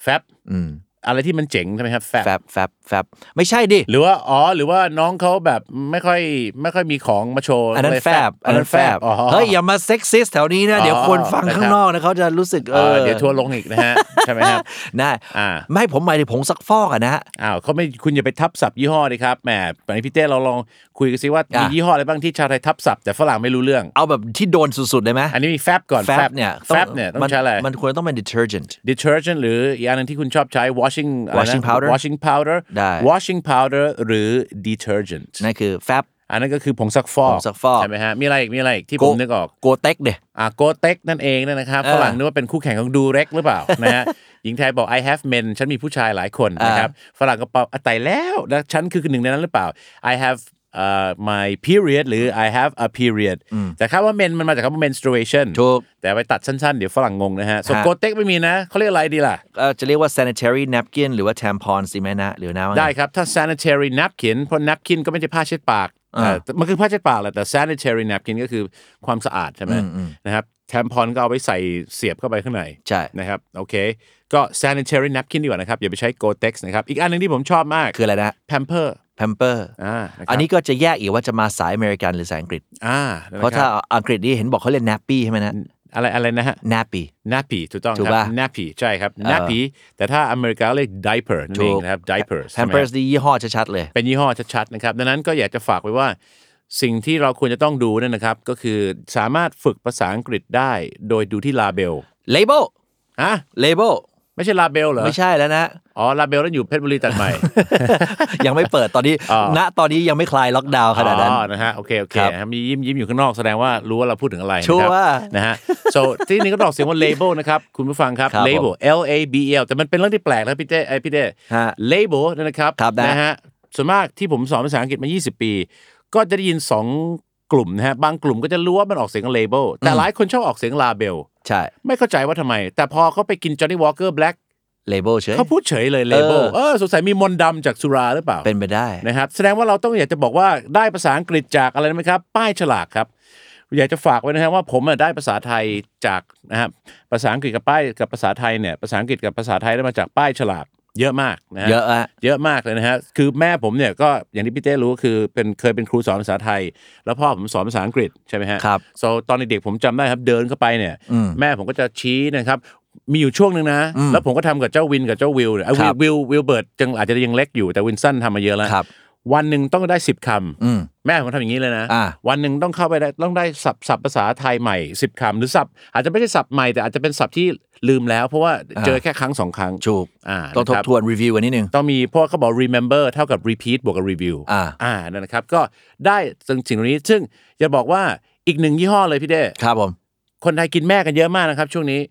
S3: แฟบ
S2: อืม
S3: อะไรที่มันเจ๋งใช่ไหมครับแฟบ
S2: แฟบแฟบแฟบไม่ใช่ดิ
S3: หรือว่าอ๋อหรือว่าน้องเขาแบบไม่ค่อยไม่ค่อยมีของมาโชว์
S2: อันนั้น
S3: เลย
S2: แฟบอั
S3: อั
S2: น
S3: น
S2: นั้
S3: นั้น น
S2: แฟ
S3: แฟ
S2: บบ เฮ้ยอย่ามาเซ็กซิสแถวนี้นะ เดี๋ยวคนฟัง
S3: นะครับ
S2: ข้างนอกนะเขาจะรู้สึกเอ
S3: เออ
S2: อ
S3: เดี๋ยวทัวร์ลงอีกนะฮะ ใช่ไหม ครับ
S2: นะ
S3: อ่า
S2: ไม่ผมหมายถึงผงซักฟอกอะนะ
S3: อ้าวเขาไม่คุณอย่าไปทับศัพท์ยี่ห้อเลยครับแหมวันนี้พี่เต้เราลองคุยกันซิว่ามี
S2: อ่ะ
S3: ยี่ห้ออะไรบ้างที่ชาวไทยทับศัพท์แต่ฝรั่งไม่รู้เรื่อง
S2: เอาแบบที่โดนสุดๆเลยไหม
S3: อันนี้มีแฟบก่อน
S2: แฟบเนี่ย
S3: แฟบเนี่ยต้องใช้อะไร
S2: มันควรต้องเป็น detergent
S3: detergent หรืออีกอันหนึงที่คุณชอบใช้ washing อะไรนะ
S2: Washing powder
S3: washing powder
S2: ได้
S3: washing powder หรือ detergent
S2: นั่นคือแฟบ
S3: อันนั้นก็คือผงซักฟอก
S2: ผงซักฟอก
S3: ใช่ไหมฮะมีอะไรอีกมีอะไรอีกที่ผมนึกออก
S2: โกเต็กเนี่ย
S3: อ่าโกเต็กนั่นเองเนี่ยนะครับ
S2: เออ
S3: ฝรั่งนึกว่าเป็นคู่แข่งของดูเร็กหรือเปล่า นะฮะหญิงไทยบอก I have men ฉันมีผู้ชายหลายคนนะครับฝรั่งก็เปาอ่ะแต่แล้วนะฉันคือหนึ่งในนั้นหรือเปล่า I have เอ่อ my period หรือ I have a period แต่คำว่า men มันมาจากคำว่า menstruation
S2: ถูก
S3: แต่ไปตัดสั้นๆ เดี๋ยวฝรั่งงงนะฮะส่วน
S2: ฮะ
S3: โกเต็กไม่มีนะเขาเรียกอะไรดีล่ะ
S2: เอ่อจะเรียกว่า sanitary napkin หรือว่า tampon สิแม่นะหรือนะว่าง
S3: ได้ครับ ถ้า sanitary napkin เพราะ napkin ก็ไม่ใช่ผ้าเช็ดปากเอ่อมันคือผ้าเช็ดปากแหละแต่ sanitary napkin ก็คือความสะอาดใช่ไหมนะครับแทมพอนก็เอาไว้ใส่เสียบเข้าไปข้างใน
S2: ใช่
S3: นะครับโอเค ก็ sanitary napkin ดีกว่านะครับ อย่าไปใช้ Gore-Tex นะครับ อีกอันหนึงที่ผมชอบมาก
S2: คืออะไรนะ
S3: pamper
S2: pamper
S3: อ่าะครับ
S2: อันนี้ก็จะแยกอีกว่าจะมาสายอเมริกันหรือสายอังกฤษ
S3: อ่า
S2: เพราะถ้าอังกฤษนี่เห็นบอกเขาเรียก nappy ใช่ไหมนะ
S3: อะไรอะไรนะฮะ
S2: nappy
S3: nappy ถูกต้อง
S2: ถู
S3: ค
S2: ก
S3: รั
S2: ป่ะ
S3: บ nappy ใช่ครับ nappy แต่ถ้าอเมริกาเรียก diaper นั่นเองนะครับ diapers ใช่ไหมครับ
S2: pampers นี่ยี่ห้อชัดๆเลย
S3: เป็นยี่ห้อชัดๆนะครับ ดังนั้นก็อยากจะฝากไว้ว่า สิ่งที่เราควรจะต้องดูเนั่นนะครับ ก็คือสามารถฝึกภาษาอังกฤษได้ โดยดูที่ลาเบล
S2: label
S3: ฮะ
S2: เลเบล
S3: ไม่ใช่ลาเบลเหรอ
S2: ไม่ใช่แล้วนะ
S3: อ๋อลาเบลนั่นอยู่เพชรบุรีตัดใหม่
S2: ยังไม่เปิดตอนนี้
S3: อ่า
S2: ณตอนนี้ยังไม่คลายล็อกดาวน์ขนาดนั้น
S3: อ๋อนะฮะ โอเค โอเค
S2: ครับ
S3: มียิ้มยิ้มอยู่ข้างนอกแสดงว่ารู้ว่าเราพูดถึงอะไรนะ
S2: ชัวร์
S3: ครับนะฮะ so ที่นี่ก็ตอกเสียงว่า label นะครับ คุณผู้ฟังครับ
S2: ครับผม
S3: label L A B E L แต่มันเป็นเรื่องที่แปลกนะพี่เต้ไอยพี่เต้
S2: ฮะ
S3: label เนยนะครับ
S2: ครับนะ
S3: นะฮะส่วนมากที่ผมสอนภาษาอังกฤษมา 20 ปี ก็จะได้ยิน 2 กลุ่มนะฮะ บางกลุ่มก็จะรู้ว่ามันออกเสียงว่า label แต่หลายคนชอบออกเสียง label
S2: ใช่
S3: ไม่เข้าใจว่าทำไม แต่พอเขาไปกิน Johnny Walker Black
S2: เลเบลเฉย
S3: เขาพูดเฉยเลย label
S2: เออ
S3: เออสงสัยมีมนต์ดำจากสุราหรือเปล่า
S2: เป็นไปได้
S3: นะครับแสดงว่าเราต้องอยากจะบอกว่าได้ภาษาอังกฤษจากอะไรรู้ไหมครับ ป้ายฉลากครับ อยากจะฝากไว้นะฮะว่าผมอะได้ภาษาไทยจากนะครับภาษาอังกฤษกับป้ายกับภาษาไทยเนี่ยภาษาอังกฤษกับภาษาไทยได้มาจากป้ายฉลากเยอะมากนะฮะ
S2: เยอะอะ
S3: เยอะมากเลยนะฮะ คือแม่ผมเนี่ยก็อย่างที่พี่เต้รู้ก็คือเป็นเคยเป็นครูสอนภาษาไทย แล้วพ่อผมสอนภาษาอังกฤษใช่ไหมฮะ
S2: ครับ
S3: so ตอนเด็กๆผมจำได้ครับเดินเข้าไปเนี่ย
S2: อืม
S3: แม่ผมก็จะชี้นะครับ มีอยู่ช่วงหนึ่งนะ
S2: อืม
S3: แล้วผมก็ทำกับเจ้าวินกับเจ้าวิลเนี่ยอ่ะ
S2: ค
S3: วิ
S2: รั
S3: ล
S2: บ
S3: วิลวิลเบิร์ตจังอาจจะยังเล็กอยู่แต่วินสันทำมาเยอะแล้ว
S2: ครับ
S3: วันหนึ่งต้องได้สิบค
S2: อืม
S3: ำแม่ผมทำอย่างนี้เลยนะ
S2: อ่า
S3: วันหนึ่งต้องเข้าไปได้ต้องได้สับสับภาษาไทยใหม่สิบคำหรือสับอาจจะไม่ใช่สับใหม่แต่อาจจะเป็นสับที่ลืมแล้ว เพราะว่าเจอแค่ครั้งสองครั้ง
S2: จูบ
S3: อ่า
S2: ต้องท
S3: นะครับ บ
S2: ทวนรีวิวกันนิดนึง
S3: ต้องมีเพราะว่าเขาบอก remember เท่ากับ repeat บวกกับ review
S2: อ่า
S3: อ่านั่นนะครับ ก็ได้สิ่งสิ่งเหล่านี้ ซึ่งจะบอกว่าอีกหนึ่งยี่ห้อเลยพี่เด้
S2: ครับผม
S3: คนไทยกินแม่กันเยอะมากนะครับ ช่วงนี้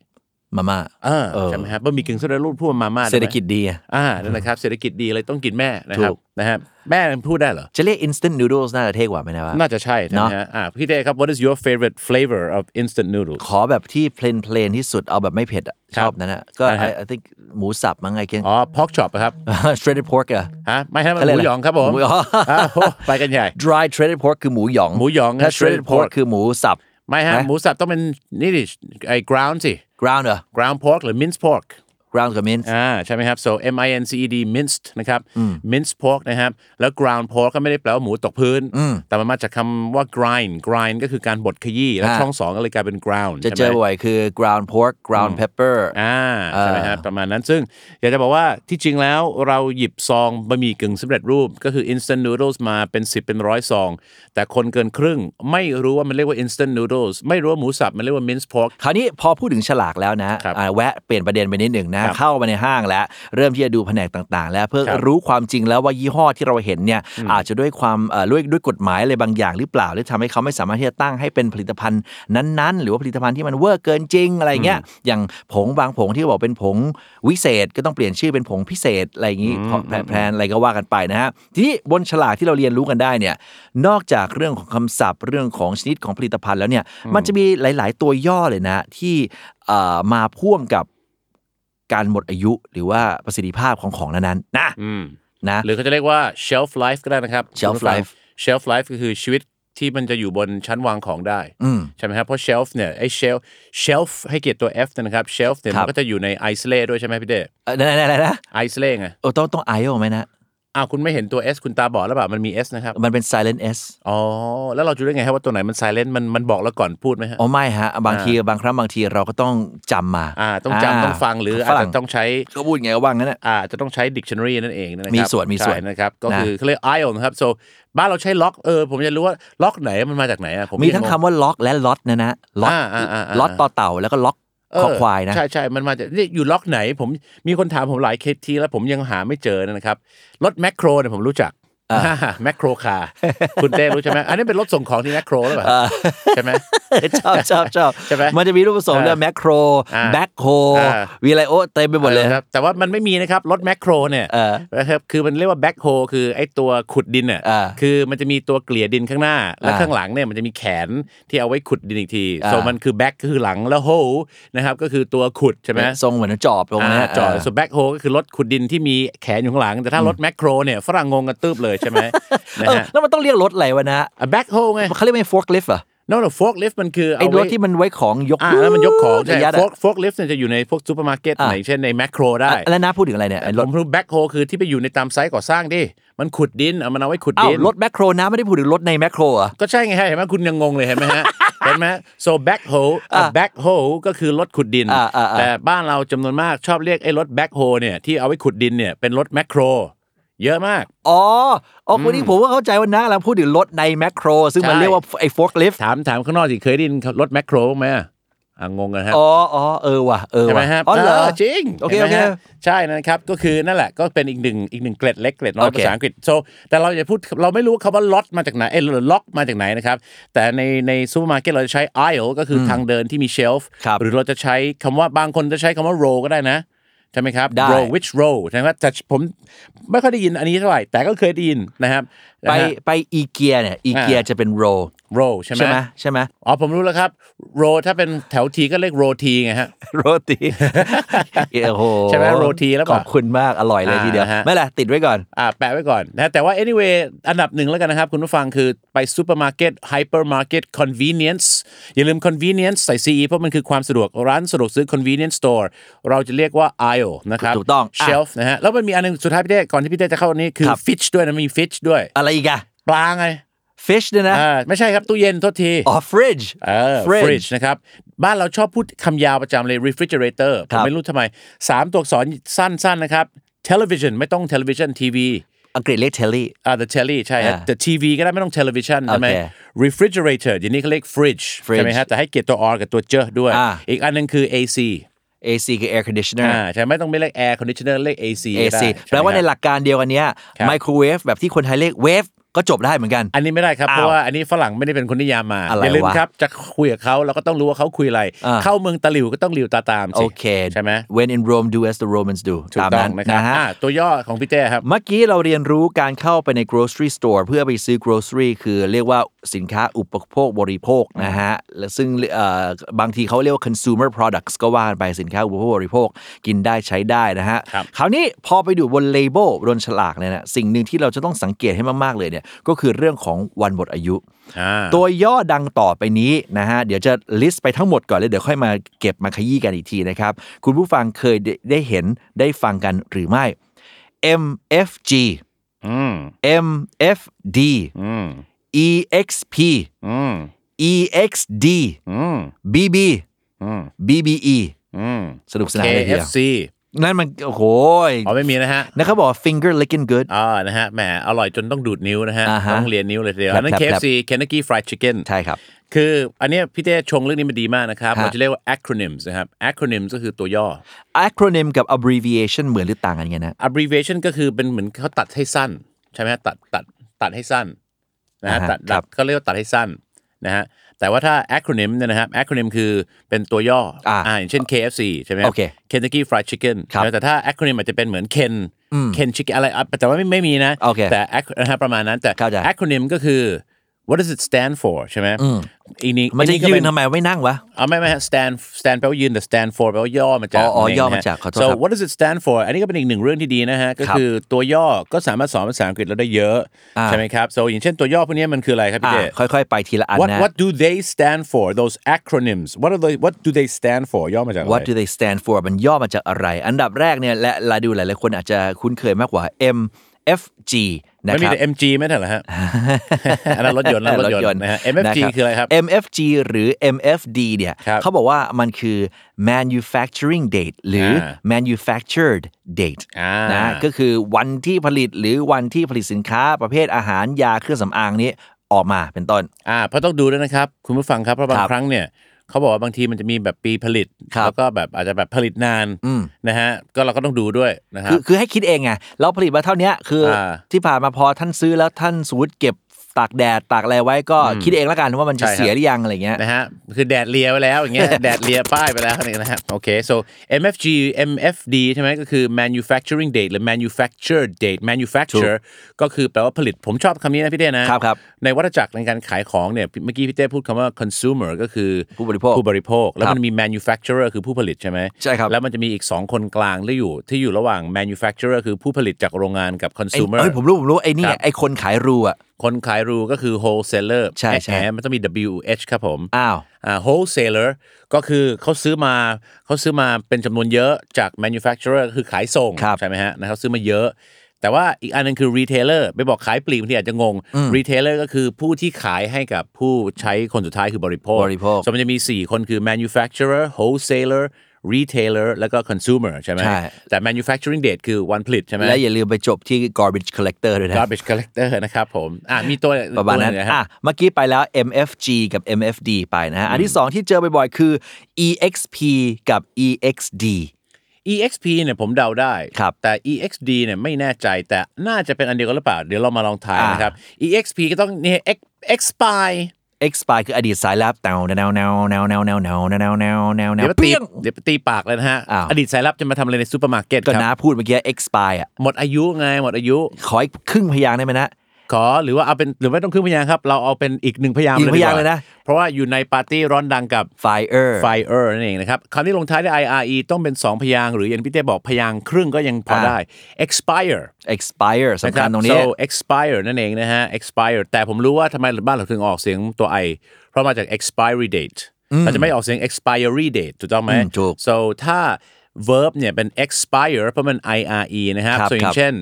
S2: มาม่า
S3: เออ
S2: เออ
S3: ใช่ไหมครับบะหมี่กึ่งสำเร็จรูปพูดมาม่าได้ไหม
S2: เศรษฐกิจดีอะ
S3: อ่านั่นนะครับ เศรษฐกิจดีเลยต้องกินแม่นะครับ
S2: ถูก
S3: นะฮะแม่มันพูดได้เหรอ
S2: จะเรียก instant noodles น่าจะเท่กว่าไหมนะว่า
S3: น่าจะใช่ใช่ไหมฮะอ่าพี่เด้ครับ what is your favorite flavor of instant noodles
S2: ขอแบบที่เพลนเพลนที่สุดเอาแบบไม่เผ็ดอะ
S3: ค
S2: ช
S3: รับ
S2: อบนั้นอะก็
S3: อ่าฮะ
S2: I- I think หมูสับมั้งไงเก่ง
S3: อ๋อ pork chop อะครับ
S2: shredded pork อะ
S3: ฮะไม่ฮะมัน
S2: เขา
S3: ห
S2: เรียก
S3: มู
S2: อะไร
S3: หยองครับผม
S2: หมูหยอง
S3: อ่าโอ้ไปกัน ใหญ่
S2: dry shredded pork คือหมูหยอง
S3: หมูหยอง
S2: ถ้า
S3: ครับ
S2: shredded
S3: shredded
S2: pork
S3: pork
S2: คือหมูสับ
S3: ไม่ฮะ
S2: นะ
S3: หมูสับต้องเป็นนี่ดิไอ้ ground สิ
S2: ground เหรอ
S3: ground pork หรือ minced pork
S2: ground กับ mince
S3: อ่าใช่ไหมครับ so M I N C E D minced นะครับ minced pork นะครับ แล้ว ground pork ก็ไม่ได้แปลว่าหมูตกพื้น แต่มันมาจากคำว่า grind grind ก็คือการบดขยี้ แล้ว
S2: อ่า
S3: ช่องสองก็เลยกลายเป็น ground
S2: จะ
S3: ใช่ไหม
S2: เจอบ่อยคือ ground pork ground pepper
S3: อ่าใช่ไหมครับประมาณนั้นซึ่งอยากจะบอกว่าที่จริงแล้วเราหยิบซองบะหมี่กึ่งสำเร็จรูป ก็คือ instant noodles มาเป็น 10 เป็นร้อยซอง แต่คนเกินครึ่งไม่รู้ว่ามันเรียกว่า instant noodles ไม่รู้ว่าหมูสับมันเรียกว่า minced pork
S2: คราวนี้พอพูดถึงฉลากแล้วนะครับอ่าแวะเปลี่ยนประเด็นไปนิดหนึ่งนะ
S3: ครับ
S2: เข้ามาในห้างแล้ว เริ่มที่จะดูแผนกต่างๆ แล้วเพื่อ
S3: ครับ
S2: รู้ความจริงแล้วว่ายี่ห้อที่เราเห็นเนี่ยอาจจะด้วยความเอ่อด้วยด้วยกฎหมายอะไรบางอย่างหรือเปล่าหรือทำให้เขาไม่สามารถที่จะตั้งให้เป็นผลิตภัณฑ์นั้นๆ หรือว่าผลิตภัณฑ์ที่มันเวอร์เกินจริงอะไรเงี้ยอย่างผงบางผงที่บอกเป็นผงวิเศษ ก็ต้องเปลี่ยนชื่อเป็นผงพิเศษอะไรอย่างนี้
S3: อืม
S2: เพราะแพลนแพลนอะไรก็ว่ากันไปนะฮะทีนี้บนฉลากที่เราเรียนรู้กันได้เนี่ยนอกจากเรื่องของคำศัพท์เรื่องของชนิดของผลิตภัณฑ์แล้วเนี่ยมันจะมีหลาย ๆ ตัวย่อเลยนะที่เอ่อมาพ่วงกับการหมดอายุหรือว่าประสิทธิภาพของของนั้นๆนะ
S3: อืม
S2: นะ
S3: หรือเขาจะเรียกว่า shelf life ก็ได้นะครับ
S2: shelf
S3: คุณผู้ฟัง
S2: life
S3: shelf life ก็คือชีวิตที่มันจะอยู่บนชั้นวางของได้
S2: อืม
S3: ใช่ไหมครับ เพราะ shelf เนี่ยไอ้ shelf shelf ให้เกียรติตัว F เนี่ยนะครับ shelf เนี่ย
S2: ครับ
S3: มันก็จะอยู่ใน isolate ด้วยใช่ไหมพี่เด้
S2: เอ่อไหนๆๆนะ
S3: isolate ไง
S2: เออต้องต้องไอโอไหมนะ
S3: อ้าวคุณไม่เห็นตัว S คุณตาบอดหรือเปล่า มันมี S นะครับ
S2: มันเป็น silent S
S3: อ๋อ แล้วเราจะรู้ได้ไงครับว่าตัวไหนมัน silent มันมันบอกแล้วก่อนพูดไหมฮะ
S2: อ๋อไม่ฮะ บางทีบางครั้งบางทีเราก็ต้องจำมา
S3: อ่า ต้องจำต้องฟังหรืออาจจะต้องใช้
S2: ก็พูดไงก็ว่างั้นน่ะ
S3: อาจจะต้องใช้ dictionary นั่นเองนะครับ
S2: มีส่วนมีส่วน
S3: ใช่นะครับ ก็
S2: นะ
S3: คือเขาเรียก IO นะครับ so บ้านเราใช้ล็อกเออผมจะรู้ว่าล็อกไหนมันมาจากไหนอะผม
S2: มี
S3: ยัง
S2: ทั้ง
S3: งง
S2: คำว่าล็อกและล็อตนะนะล็อก
S3: อ่าอ่าอ่าอ่า
S2: ล็อตต่อเต่าแล้วก็ล็อก
S3: เออ
S2: คอควายนะ
S3: ใช่ใช่มันมาจากนี่อยู่ล็อกไหน ผมมีคนถามผมหลายเคสทีแล้วผมยังหาไม่เจอนะครับรถแมคโครเนี่ยผมรู้จักแมคโครคาร์ คุณเต้รู้ใช่ไหมอันนี้เป็นรถส่งของที่แมคโครหรือเปล่า
S2: อ่า
S3: ใช่ไหม
S2: ชอบชอบชอบ
S3: ใช่ไหม
S2: มันจะมีรูปผสมเรื่องแมคโคร
S3: อ่า
S2: แบ็คโฮ
S3: อ่า
S2: วีไลโอเต็มไปหมดเลย
S3: ออครับแต่ว่ามันไม่มีนะครับรถแมคโครเนี่ย
S2: เออ
S3: นะครับคือมันเรียกว่าแบ็คโฮคือไอ้ตัวขุดดินเนี่ย
S2: อ่า
S3: คือมันจะมีตัวเกลี่ยดินข้างหน้า และ
S2: อ่า
S3: ข้างหลังเนี่ยมันจะมีแขนที่เอาไว้ขุดดินอีกที
S2: อ่า
S3: ส่วนมันคือแบ็คคือหลังแล้วโฮนะครับก็คือตัวขุดใช่ไหม
S2: ทรงเหมือนจอบตรงเนี้ย
S3: อ่าจอด
S2: เออ
S3: ส่วนแบ็คโฮก็คือรถขุดดินที่มีแขนอยู่ข้างหลัง แต่ถ้ารถแมคโครเนี่ยฝรั่งงงกันตืบเลย ใช่ไหม นะ
S2: เออ
S3: ฮะ
S2: แล้วมันต้องเรียกรถอะไรวะนะ
S3: แบ็คโฮไง
S2: เขาเรียกไม่ฟอกลิฟต์อ่ะ
S3: นอกจากโฟกลิฟต์มันคือ
S2: ไอ้
S3: เอา
S2: ร
S3: ไว้
S2: ถที่มันไว้ของยก
S3: อ่าแล้วมันยกของใช่
S2: ยัด
S3: โฟ
S2: อะ
S3: กโฟกลิฟต์เนี่ยจะอยู่ในพวกซูเปอร์มาร์เก็ต
S2: อ่า
S3: ไหนเช่นในแมคโครได้
S2: อ่ะแล้วนะพูดถึงอะไรเนี่ยไอ้ร
S3: ผ
S2: ถ
S3: มรู้แบ็คโฮคือที่ไปอยู่ในตามไซต์ก่อสร้างดิ มันขุดดินเอามันเอาไว้ขุด
S2: อ้า
S3: ดิ
S2: วน รถแมคโครนะไม่ได้พูดถึงรถในแมคโครอ่ะ
S3: ก็ใช่ไงฮะเห็นไหมคุณยังงงเลยเห็นไหม ฮะ เห็นไหม so backhoe
S2: อ่ะ
S3: backhoe ก็คือรถขุดดิน
S2: อ่ะอ่ะอ่ะ
S3: แต่บ้านเราจำนวนมากชอบเรียกไอ้รถ backhoe เนี่ยที่เอาไว้ขุดดินเนี่ยเป็นรถแมคโคร เยอะมาก
S2: อ๋ออ๋อคนนี้ผมว่าเข้าใจว่านะกำลังพูดถึงรถในแมคโคร ซึ่งมัน
S3: ใช่
S2: เรียกว่าไอ้ฟอกลิฟต์
S3: ถามถามข้างนอกสิเคยได้ยินรถแมคโครบ้างไหมอ่ะ อ่ะงงนะฮะ
S2: อ๋ออ๋อเออว่ะเออ
S3: ใช่ไหม
S2: ว่ะ
S3: ครับ
S2: อ๋อเหรอ
S3: จริง
S2: โอเค
S3: ห็นไหม
S2: โอเค
S3: ฮะใช่นะครับ ก็คือนั่นแหละก็เป็นอีกหนึ่งอีกหนึ่งเกร็ดเล็กเกร็ดน้อย
S2: โอเค
S3: ภาษาอังกฤษ so แต่เราจะพูดเราไม่รู้คำว่าล็อตมาจากไหนเออล็อกมาจากไหนนะครับ แต่ในในซูเปอร์มาร์เก็ตเราจะใช้ aisle ก็คือทางเดินที่มี shelf
S2: ครับ
S3: หรือเราจะใช้คำว่าบางคนจะใช้คำว่า row ก็ได้นะ ใช่ไหมครับ
S2: ได้
S3: row which row นะครับแต่ผมไม่ค่อยได้ยินอันนี้เท่าไหร่ แต่ก็เคยได้ยินนะครับ
S2: ไป
S3: นะฮะ
S2: ไปอีเกียเนี่ยอีเกีย
S3: อ่า
S2: จะเป็นโร
S3: row ใช่ไหม
S2: ใช่ไหมใช่ไหม
S3: อ๋อผมรู้แล้วครับ row ถ้าเป็นแถวทีก็เรียก row ทีไงฮะ
S2: โรตีโอ้โห
S3: ใช่ไหมโรตีแล้วเป
S2: ขอ
S3: ล่า
S2: บคุณมากอร่อยเลยทีเดียว
S3: อ่าฮะ
S2: ไม่แหละติดไว้ก่อน
S3: อ่าแปะไว้ก่อนนะแต่ว่า anyway อันดับหนึ่งแล้วกันนะครับ คุณผู้ฟังคือไปซูเปอร์มาร์เก็ตไฮเปอร์มาร์เก็ต convenience อย่าลืม convenience ใส่ CE เพราะมันคือความสะดวกร้านสะดวกซื้อ convenience store เราจะเรียกว่า aisle นะครับ
S2: ถูกต้องอ่ะ
S3: shelf นะฮะ แล้วมันมีอันหนึงสุดท้ายพี่เต้ก่อนที่พี่เต้จะเข้าอันนี้คือ
S2: ครับ
S3: fish ด้วยนะมี fish ด้วย
S2: อะไรอีกอะ
S3: ปลาไง
S2: ฟิชเนี่ยนะ
S3: อ่าไม่ใช่ครับตู้เย็นโทษที
S2: อ๋อฟริดจ์
S3: เออ fridge นะครับ บ้านเราชอบพูดคำยาวประจำเลย refrigerator ผ
S2: ครั
S3: ม
S2: บ
S3: ไม่รู้ทำไมสามตัวอักษรสั้นๆนะครับ television ไม่ต้อง television TV
S2: อังกฤษเรียกเทลลี่
S3: อ่า the telly ใช่ฮะ
S2: อ่า
S3: the TV ก็ได้ไม่ต้อง television ใช่ไหม
S2: โอเค
S3: refrigerator เดี๋ยวนี้เขาเรียก fridge
S2: fridge
S3: ใช่ไหมฮะ แต่ให้เกียรติตัว r กับตัวเจอด้วย
S2: อ่า
S3: อีกอันหนึงคือ AC
S2: AC คือ air conditioner
S3: อ่าใช่ไม่ต้องไม่เรียก air conditioner เรียก AC ก็ได้
S2: AC
S3: ช่ไม
S2: แปลว่าใน
S3: ครับ
S2: หลักการเดียวกันเนี้ย
S3: ครับ
S2: ไมโครเวฟแบบที่คนไทยเรียกเวฟก็จบได้เหมือนกัน
S3: อันนี้ไม่ได้ครับ
S2: อ้าว
S3: เพราะว่าอันนี้ฝรั่งไม่ได้เป็นคนนิยามมา
S2: อะไร
S3: อย่าลืม
S2: วะ
S3: ครับ จะคุยกับเขาเราก็ต้องรู้ว่าเขาคุยอะไร
S2: อ่า
S3: เข้าเมืองตะหลิวก็ต้องหลิวตาตาม
S2: โอ
S3: สิ
S2: เค
S3: ใช่ไหม
S2: When in Rome do as the Romans do
S3: ถูก
S2: ตาม
S3: ต้อ
S2: นั้
S3: ง
S2: น
S3: นะครับ
S2: นะฮะ
S3: อ่าตัวย่อของพี่เต้ครับ
S2: เมื่อกี้เราเรียนรู้การเข้าไปใน grocery store เพื่อไปซื้อ grocery คือเรียกว่าสินค้าอุปโภคบริโภคนะฮะและซึ่งเอ่อบางทีเขาเรียกว่า consumer products ก็ว่ากันไปสินค้าอุปโภคบริโภคกินได้ใช้ได้นะฮะ
S3: ครับ
S2: คราวนี้พอไปดูบน label บนฉลากเนี่ยนะสิ่งหนึ่งที่เราจะต้องสังเกตให้มาก ๆ เลยเนี่ยก็คือเรื่องของวันหมดอายุ
S3: อ่า
S2: ตัวย่อดังต่อไปนี้นะฮะ เดี๋ยวจะลิสต์ไปทั้งหมดก่อนแล้วเดี๋ยวค่อยมาเก็บมาขยี้กันอีกทีนะครับ คุณผู้ฟังเคยได้ได้เห็นได้ฟังกันหรือไม่ MFG
S3: อืม
S2: MFD
S3: อืม
S2: EXP
S3: อืม
S2: EXD
S3: อืม
S2: BB
S3: อืม
S2: BBE
S3: อืม
S2: สนุกสนานเลยทีเดียว
S3: KFC
S2: นั่นมัน โอ้โหย
S3: อ๋อไม่มีนะฮะ
S2: นะครับบอกว่า finger licking good
S3: อ่านะฮะ แหม อร่อยจนต้องดูดนิ้วนะฮะ
S2: อ่าฮะ
S3: ต้องเรียนนิ้วเลยทีเดียว
S2: ครับ
S3: อันนั้น
S2: ครับ
S3: KFC Kentucky Fried Chicken
S2: ใช่ครับ
S3: คืออันเนี้ยพี่เต้ชงเรื่องนี้มาดีมากนะครับ
S2: ฮะ
S3: เราจะเรียกว่า acronyms นะครับ acronyms ก็คือตัวย่อ
S2: acronym กับ abbreviation เหมือนหรือต่างกันไงนะ
S3: abbreviation ก็คือเป็นเหมือนเขาตัดให้สั้น ใช่ไหมฮะตัดตัดตัดให้สั้นนะฮะ
S2: อ่าฮะ
S3: ตัด
S2: ครั
S3: ตั
S2: บ
S3: ดก็เรียกว่าตัดให้สั้นนะฮะแต่ว่าถ้า acronym เนี่ยนะครับ acronym คือเป็นตัวย่ออา อ่าอย่างเช่น KFC ใช่ไหมฮะ
S2: โอเค
S3: Kentucky Fried Chicken
S2: ครับ
S3: นะแต่ถ้า acronym อาจจะเป็นเหมือน Ken Ken Chicken อะไรอ่ะแต่ว่าไม่ไม่มีนะ
S2: โอเค
S3: แต่ ac- นะฮะประมาณนั้นแต่
S2: เข้าใจ
S3: acronym ก็คือ what does it stand for ใช่ไหมอีกนี้
S2: มันจะ
S3: อีก็
S2: ยื
S3: เป็น
S2: ทำไมไม่นั่งวะ
S3: เอาไม่ไม่ฮะ stand stand แปลว่ายืนแต่ stand for แปลว่าย่อมาจาก
S2: อ๋ออ๋อ
S3: นั่นเง
S2: ย่อมา
S3: นะฮะ
S2: จากขอโทษ
S3: so
S2: ครับ
S3: what does it stand for อันนี้ก็เป็นอีกหนึ่งเรื่องที่ดีนะฮะ ก็
S2: ครับ
S3: คือตัวย่อก็สามารถสอนภาษาอังกฤษเราได้เยอะ
S2: อ่า
S3: ใช่ไหมครับ so อย่างเช่นตัวย่อพวกนี้มันคืออะไรครับพี่
S2: อ่ะ
S3: เต้
S2: ค่อยๆ ไปทีละอัน
S3: what
S2: นะ
S3: what do they stand for those acronyms what are they what do they stand for ย่อมาจากอะไร
S2: What do they stand for มันย่อมาจากอะไร อันดับแรกเนี่ยและหลายดูหลายๆคนอาจจะคุ้นเคยมากกว่า MFG นะ
S3: ไม่
S2: ค
S3: มี
S2: รับ
S3: แต่ MG ไม่ใช่เหรอ ฮะ อันนั้นรถยนต์นะรถยนต์นะฮะ MFG คืออะไรครับ
S2: MFG หรือ MFD เนี่ย
S3: ครับ
S2: เขาบอกว่ามันคือ manufacturing date หรืออ
S3: า
S2: manufactured date
S3: อ่าน
S2: นะก็คือวันที่ผลิตหรือวันที่ผลิตสินค้าประเภทอาหารยาเครื่องสำอางนี้ออกมาเป็นต้น
S3: อ่าเพราะต้องดูด้วยนะครับ คุณผู้ฟังครับ เพราะบา
S2: ครั
S3: ง
S2: บ
S3: ครั้งเนี่ยเขาบอกว่าบางทีมันจะมีแบบปีผลิต
S2: ครับ
S3: แล้วก็แบบอาจจะแบบผลิตนาน
S2: อืม
S3: นะฮะก็เราก็ต้องดูด้วยนะครั
S2: คื
S3: บ
S2: อคือให้คิดเองไงเราผลิตมาเท่าเนี้ยคืออา ที่ผ่านมาพอท่านซื้อแล้วท่านสมมติเก็บตากแดดตากอะไรไว้ก็คิดเองแล้วกันว่ามันจะ
S3: ใช่ครับ
S2: เสียหรือยังอะไรเงี้ย
S3: นะฮะคือแดดเลียไปแล้ว อย่างเงี้ย แดดเลียป้ายไปแล้วนี่นะครับโอเค so MFG MFD ใช่ไหมก็คือ manufacturing date หรือ manufactured date manufacture ก็คือแปลว่าผลิตผมชอบคำนี้นะพี่เต้นะครับ
S2: ครับ
S3: ในวัฏจักรในการขายของเนี่ยเมื่อกี้พี่เต้พูดคำว่า consumer ก็คือ
S2: ผู้บริโภค
S3: ผู้บริโภค แล้ว
S2: ครับ
S3: มันมี manufacturer คือผู้ผลิตใช่ไหม
S2: ใช่ครับ
S3: แล้วมันจะมีอีก 2 คนกลางที่อยู่ที่อยู่ระหว่าง manufacturer คือผู้ผลิตจากโรงงานกับ
S2: ไอ้
S3: consumer
S2: เอ้ยผมรู้ผมรู้ไอ้นี่
S3: ครับ
S2: ไอ้คนขายรูอ่ะ
S3: คนขายรูก็คือ wholesaler
S2: ใช่ใช่
S3: แหมมันต้องมี WH ครับผม
S2: อ้าว
S3: อ่า wholesaler ก็คือเขาซื้อมาเขาซื้อมาเป็นจำนวนเยอะจาก manufacturer คือขายส่ง
S2: ครับ
S3: ใช่ไหมฮะนะเขาซื้อมาเยอะ แต่ว่าอีกอันหนึงคือ retailer ไปบอกขายปลีกบางทีอาจจะงง retailer ก็คือผู้ที่ขายให้กับผู้ใช้คนสุดท้ายคือบริโภค
S2: บริโภค
S3: ส่วนมันจะมี 4 คนคือ manufacturer wholesaler retailer แล้วก็ consumer ใช่ไหม
S2: ใช่
S3: แต่ manufacturing date คือวันผลิตใช่ไหม
S2: และอย่าลืมไปจบที่ garbage collector ด้วยนะ
S3: garbage collector นะครับผมอ่ะมีตัว
S2: ประมาณนั้น
S3: ตัวหงฮ
S2: อ่ะเมื่อกี้ไปแล้ว MFG กับ MFD ไปนะฮะ อันที่ 2 ที่เจอบ่อยๆ คือ EXP กับ EXD
S3: EXP เนี่ยผมเดาได้
S2: ครับ
S3: แต่ EXD เนี่ยไม่แน่ใจแต่น่าจะเป็นอันเดียวกันหรือเปล่า เดี๋ยวเรามาลองทายนะครับ EXP ก็ต้องเนี่ย X expire
S2: Expire คืออดีตสายลับแนวแนวแนวแนวแนวแนวแนวแนวแนวแนวแน
S3: เดี๋ยว วไปตี
S2: เปี้ยง
S3: เดี๋ยวไปตีปากเลยนะฮะ
S2: อ้าว
S3: อดีตสายลับจะมาทำอะไรในซูเปอร์มาร์เก็ตค
S2: ก็
S3: รับ
S2: น้าพูดเมื่อกี้ Expire อ่ะ
S3: หมดอายุไง หมดอายุ
S2: ขออีกครึ่งพยางค์ได้ไหมนะ
S3: ขอหรือว่าเอาเป็นหรือไม่ต้องครึ่งพยางค์ครับ เราเอาเป็นอีกหนึ่งพยางค์
S2: อีก
S3: เลยดี
S2: พ
S3: ว่
S2: ยางค์เลยนะ
S3: เพราะว่าอยู่ในปาร์ตี้ร้อนดังกับ
S2: Fire
S3: Fire นั่นเองนะครับคำที่ลงท้ายด้วย IRE ต้องเป็นสองพยางค์หรืออย่างพี่เต้บอกพยางค์ครึ่งก็ยังพอได้ expire
S2: Expire สำคัญตรง
S3: ะ
S2: นี้
S3: บ so expire นั่นเองนะฮะ expire แต่ผมรู้ว่าทำไมบ้านเราถึงออกเสียงตัว i เพราะมาจาก expiry date เราจะไม่ออกเสียง expiry date ถูกต้องไหม
S2: อืมถูก
S3: so ถ้า verb เนี่ยเป็น expire เพราะมัน ire นะครับ
S2: ครับ
S3: so อ
S2: ค
S3: ย่า
S2: รั
S3: ง
S2: บ
S3: เช่น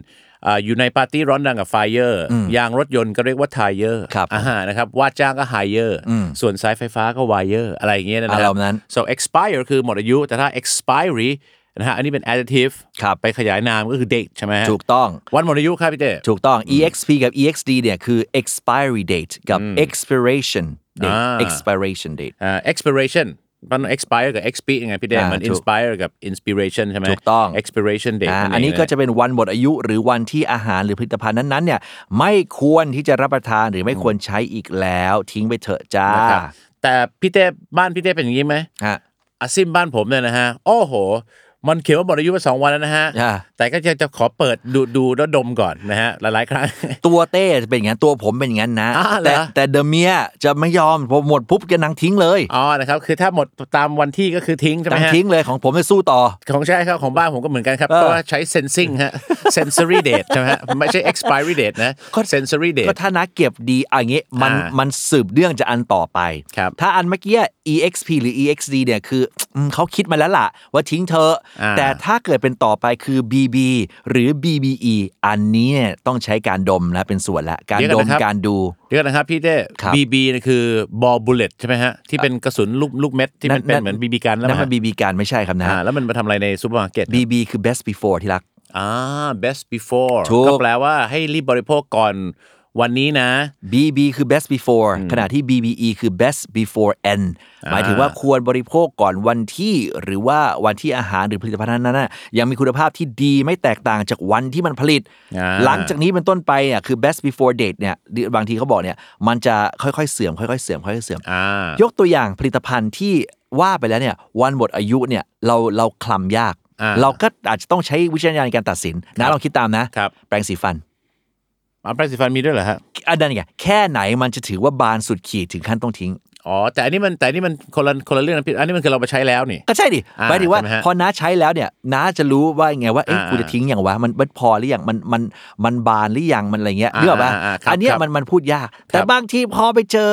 S3: อ่าอยู่ในปาร์ตี้ร้อนดังกับ fire ยางรถยนต์ก็เรียกว่า tire
S2: ครับ
S3: อาหารนะครับ ว่าจ้างก็ hire ส่วนสายไฟฟ้าก็ wire อะไรอย่างเงี้ยนะครั
S2: อารมณ์นั้น
S3: so expire คือหมดอายุ แต่ถ้า expiry นะฮะอันนี้เป็น adjective
S2: ครับ
S3: ไปขยายนามก็คือ date ใช่ไหมฮะ
S2: ถูกต้อง
S3: วันหมดอายุครับพี่เต้
S2: ถูกต้อง EXP กับ EXD เนี่ยคือ expiry date กับ expiration date expiration date
S3: อ่า expiration มัน expire กับ exp ยังไงพี่เต้
S2: อ่า
S3: มัน
S2: ถูก
S3: inspire กับ inspiration ใช่ไหม
S2: ถูกต้อง
S3: expiration date
S2: อ่า
S3: เง
S2: อันนี้ก็จะเป็นวันหมดอายุหรือวันที่อาหารหรือผลิตภัณฑ์นั้นๆเนี่ยไม่ควรที่จะรับประทานหรือไม่ควรใช้อีกแล้วทิ้งไปเถอะจ้า
S3: นะครับแต่พี่เต้บ้านพี่เต้เป็นอย่างนี้ไหม
S2: ฮะ
S3: อาซิมบ้านผมเนี่ยนะฮะ โอ้โห มันเขียนว่าหมดอายุมาสองวันแล้วนะฮะ
S2: อ่า
S3: แต่ก็จะจะขอเปิดดูดูแล้วดมก่อนนะฮะ หลายๆครั้ง
S2: ตัวเต้เป็นอย่างนั้นตัวผมเป็นอย่างนั้นนะ
S3: อ่าเหรอ
S2: แต่แต่เดอะเมียจะไม่ยอมพอหมดปุ๊บจะนังทิ้งเลย
S3: อ๋อนะครับคือถ้าหมดตามวันที่ก็คือทิ้งใช่ไห
S2: นั
S3: ม
S2: ง
S3: ฮะ
S2: ทิ้งเลยของผมจะสู้ต่อ
S3: ของใช่ครับของบ้านผมก็เหมือนกันครับ
S2: เออ
S3: เพราะว่าใช้ sensing ฮะ sensory date ใช่ไหมฮะไม่ใช่ expiry date นะ
S2: ก็
S3: sensory date
S2: ก็ถ้านักเก็บดีอันนี้มัน
S3: อ่ามั
S2: มันสืบเรื่องจะอันต่อไป
S3: ครับ
S2: ถ้าอันเมื่อกี้ exp หรือ exd เนี่ยคืออืมเขาคิดมาแล้วล่ะ ว่าทิ้งเธอะ
S3: อ่า
S2: แต่ถ้าเกิดเป็นต่อไปคือ bb หรือ bbe อันนี้เนี่ยต้องใช้การดมนะเป็นส่วนละ การ
S3: เดี๋ย
S2: ด
S3: วก่อน
S2: ม
S3: นะครับ
S2: การดู
S3: เดี๋ยวก่อนนะครับพี่เต้
S2: ครับ
S3: BB นี่คือบอลบุลเลตใช่ไหมฮะ ที่เป็นกระสุนลูกลูกเม็ดที่มันเป็นเหมือน BB กันแล้ว
S2: นั่นมัน
S3: ฮะ
S2: bb การไม่ใช่ครับนะ
S3: อ่าแล้วมันมาทำอะไรในซูเปอร์มาร์เก็ต
S2: บีบีคือ best before ที่รัก
S3: อ่า best before
S2: ถูก
S3: ก็แปลว่าให้รีบบริโภคก่อนวันนี้นะ
S2: BB คือ best before ขณะที่ BBE คือ best before end หมายถึงว่าควรบริโภคก่อนวันที่ หรือว่าวันที่อาหารหรือผลิตภัณฑ์นั้นๆน่ะยังมีคุณภาพที่ดีไม่แตกต่างจากวันที่มันผลิต
S3: อ่า
S2: หลังจากนี้เป็นต้นไปเนี่ยคือ best before date เนี่ยบางทีเขาบอกเนี่ยมันจะค่อยๆเสื่อมค่อยๆเสื่อมค่อยๆเสื่อม
S3: อ่าย
S2: กตัวอย่างผลิตภัณฑ์ที่ว่าไปแล้วเนี่ยวันหมดอายุเนี่ยเราเราคลำยาก
S3: า
S2: เราก็อาจจะต้องใช้วิจารณญาณในการตัดสิน
S3: ครั
S2: นะ
S3: บ
S2: ลองคิดตามนะครับ แปรงสีฟัน
S3: อันแปรงสีฟันมีด้วยเหรอฮะ
S2: อันนั้นไงแค่ไหนมันจะถือว่าบานสุดขีดถึงขั้นต้องทิ้ง
S3: อ๋อ แต่อันนี้มันแต่อันนี้มันคนละคนละเรื่องนะพี่อันนี้มันคือเราไปใช้แล้วนี่
S2: ก็ใช่ดิ
S3: อ่า
S2: หมายถึงว่า
S3: ใช่ไหมฮะ
S2: พอน้าใช้แล้วเนี่ยน้าจะรู้ว่าไงว่าเอ๊ะ
S3: อ่า
S2: กูจะทิ้งอย่างวะมันมันพอหรือยังมันมันมันบานหรือยังมันอะไรเงี้ย
S3: อ่า
S2: เรื่องป่ะ
S3: อ่าอ่าครับ
S2: อันเนี้ย
S3: ครับ
S2: มันมันพูดยาก แต่
S3: ครับ
S2: บางทีพอไปเจอ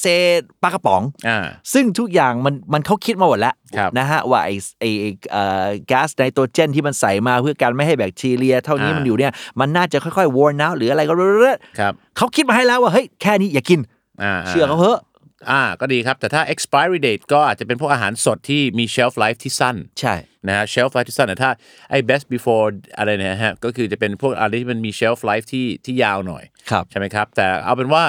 S2: เศษปลากระป๋อง
S3: อ่า
S2: ซึ่งทุกอย่างมันมันเขาคิดมาหมดแล้ว
S3: ครับ
S2: นะฮะว่าไอไอไอ้เอ่อก๊าซไนโตรเจนที่มันใส่มาเพื่อการไม่ให้แบคทีเรีย เท่านี้
S3: อ่ามั
S2: มันอยู่เนี่ยมันน่าจะค่อยๆ worn out หรืออะไรก็เรื่อย
S3: ครับ
S2: ๆเขาคิดมาให้แล้วว่าเฮ้ยแค่นี้อย่ากิน
S3: อ่า
S2: เชื่อเขาเถอะ
S3: อ่าก็ดีครับ แต่ถ้า expiry date ก็อาจจะเป็นพวกอาหารสดที่มี shelf life ที่สั้น
S2: ใช่
S3: นะฮะ shelf life ที่สั้นแต่ถ้าไอ้ best before อะไรเนี่ยฮะก็คือจะเป็นพวกอะไรที่มันมี shelf life ที่ที่ยาวหน่อย
S2: ครับ
S3: ใช่ไหมครับ แต่เอาเป็นว่า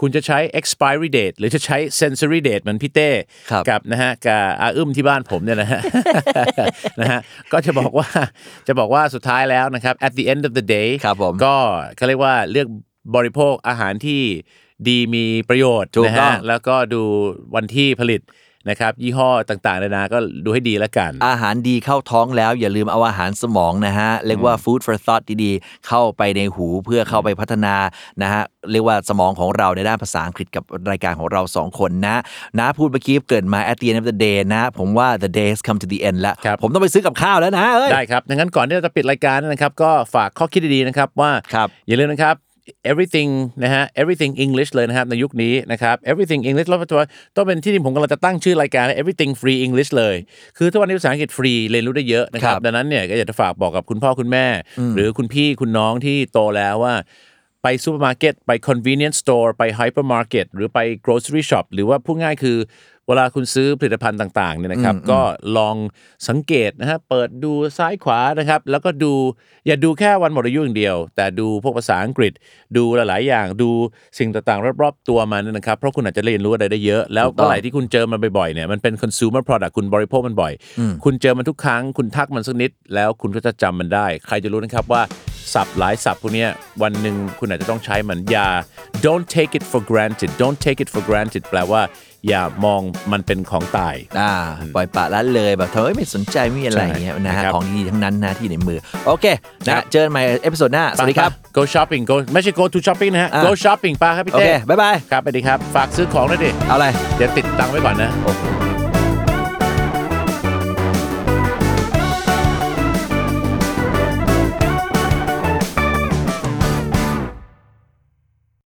S3: คุณจะใช้ expiry date หรือจะใช้ sensory date เหมือนพี่เต้
S2: ครับ
S3: กับนะฮะกับอาอึ้มที่บ้านผมเนี่ยนะ ฮะ นะฮะก็จะบอกว่าจะบอกว่าสุดท้ายแล้วนะครับ at the end of the day
S2: ครับผม
S3: ก็เขาเรียกว่าเลือกบริโภคอาหารที่ดีมีประโยชน์
S2: ถูก
S3: นะ
S2: ต้อ
S3: ฮะ
S2: ง
S3: แล้วก็ดูวันที่ผลิตนะครับ ยี่ห้อต่างๆนานาก็ดูให้ดีแล้วกัน
S2: อาหารดีเข้าท้องแล้วอย่าลืมเอาอาหารสมองนะฮะ เรียกว่า food for thought ดีๆ เข้าไปในหูเพื่อเข้าไปพัฒนานะฮะ เรียกว่าสมองของเราในด้านภาษาอังกฤษกับรายการของเรา 2 คนนะ นะพูดเมื่อกี้เกริดมา at the end of the day นะ ผมว่า the day has come to the end แล้ว
S3: ครับ
S2: ผมต้องไปซื้อกับข้าวแล้วนะเอ้ย
S3: ได้ครับดังนั้นก่อนที่เราจะปิดรายการนะครับ ก็ฝากข้อคิดดีๆนะครับว่า
S2: ครับ
S3: อย่าลืมนะครับ everything นะฮะ everything English เลยนะครับในยุคนี้นะครับ everything English แล้วตัวต้องเป็นที่ที่ผมกำลังจะตั้งชื่อรายการ everything free English เลย คือทุกวันนี้ภาษาอังกฤษฟรีเรียนรู้ได้เยอะนะครั
S2: ค
S3: บ
S2: รับ
S3: ดังนั้นเนี่ยก็อยากจะฝากบอกกับคุณพ่อคุณแม่ หรือคุณพี่คุณน้องที่โตแล้วว่า ไปซูเปอร์มาร์เก็ตไป convenience store ไป hypermarket หรือไป grocery shop หรือว่าพูดง่ายคือ เวลาคุณซื้อผลิตภัณฑ์ต่างๆเนี่ยนะครับ ก็ลองสังเกตนะฮะเปิดดูซ้ายขวานะครับ แล้วก็ดูอย่าดูแค่วันหมดอายุอย่างเดียว แต่ดูพวกภาษาอังกฤษ ดูหลายๆอย่างดูสิ่งต่างๆ รอบๆตัวมันเนี่ยนะครับ เพราะคุณอาจจะเรียนรู้อะไรได้เยอะ แล้ว
S2: ถูกต้
S3: เมื่
S2: อง
S3: อไหร่ที่คุณเจอมันบ่อยๆเนี่ยมันเป็น consumer product คุณบริโภคมันบ่อย คุณเจอมันทุกครั้ง คุณทักมันสักนิด แล้วคุณก็จะจำมันได้ ใครจะรู้นะครับว่าศัพท์หลายศัพท์พวกเนี้ยวันหนึ่งคุณอาจจะต้องใช้มันอย่า don't take it for granted don't take it for granted แปลว่า อย่ามองมันเป็นของตาย
S2: อ่าปล่อยปละละเลยแบบเธอไม่สนใจไม่มีอะไรอย่างเงี้ยนะฮะ
S3: ใช่ครับ
S2: ของดีๆทั้งนั้นนะที่ในมือ โอเคนะเจอกันใหม่เอพิโซดหน้า สวัสดีครับ
S3: go shopping go ไม่ใช่ go to shopping นะฮะ
S2: อ่า
S3: go shopping ป้าครับพี่
S2: โอ
S3: เต้
S2: เค บ๊ายบาย
S3: ครับสวัสดีครับ ฝากซื้อของด้วยดิ
S2: เอาอะไร
S3: เดี๋ยวติดตังค์ไว้ก่อนนะ
S2: โอ้โห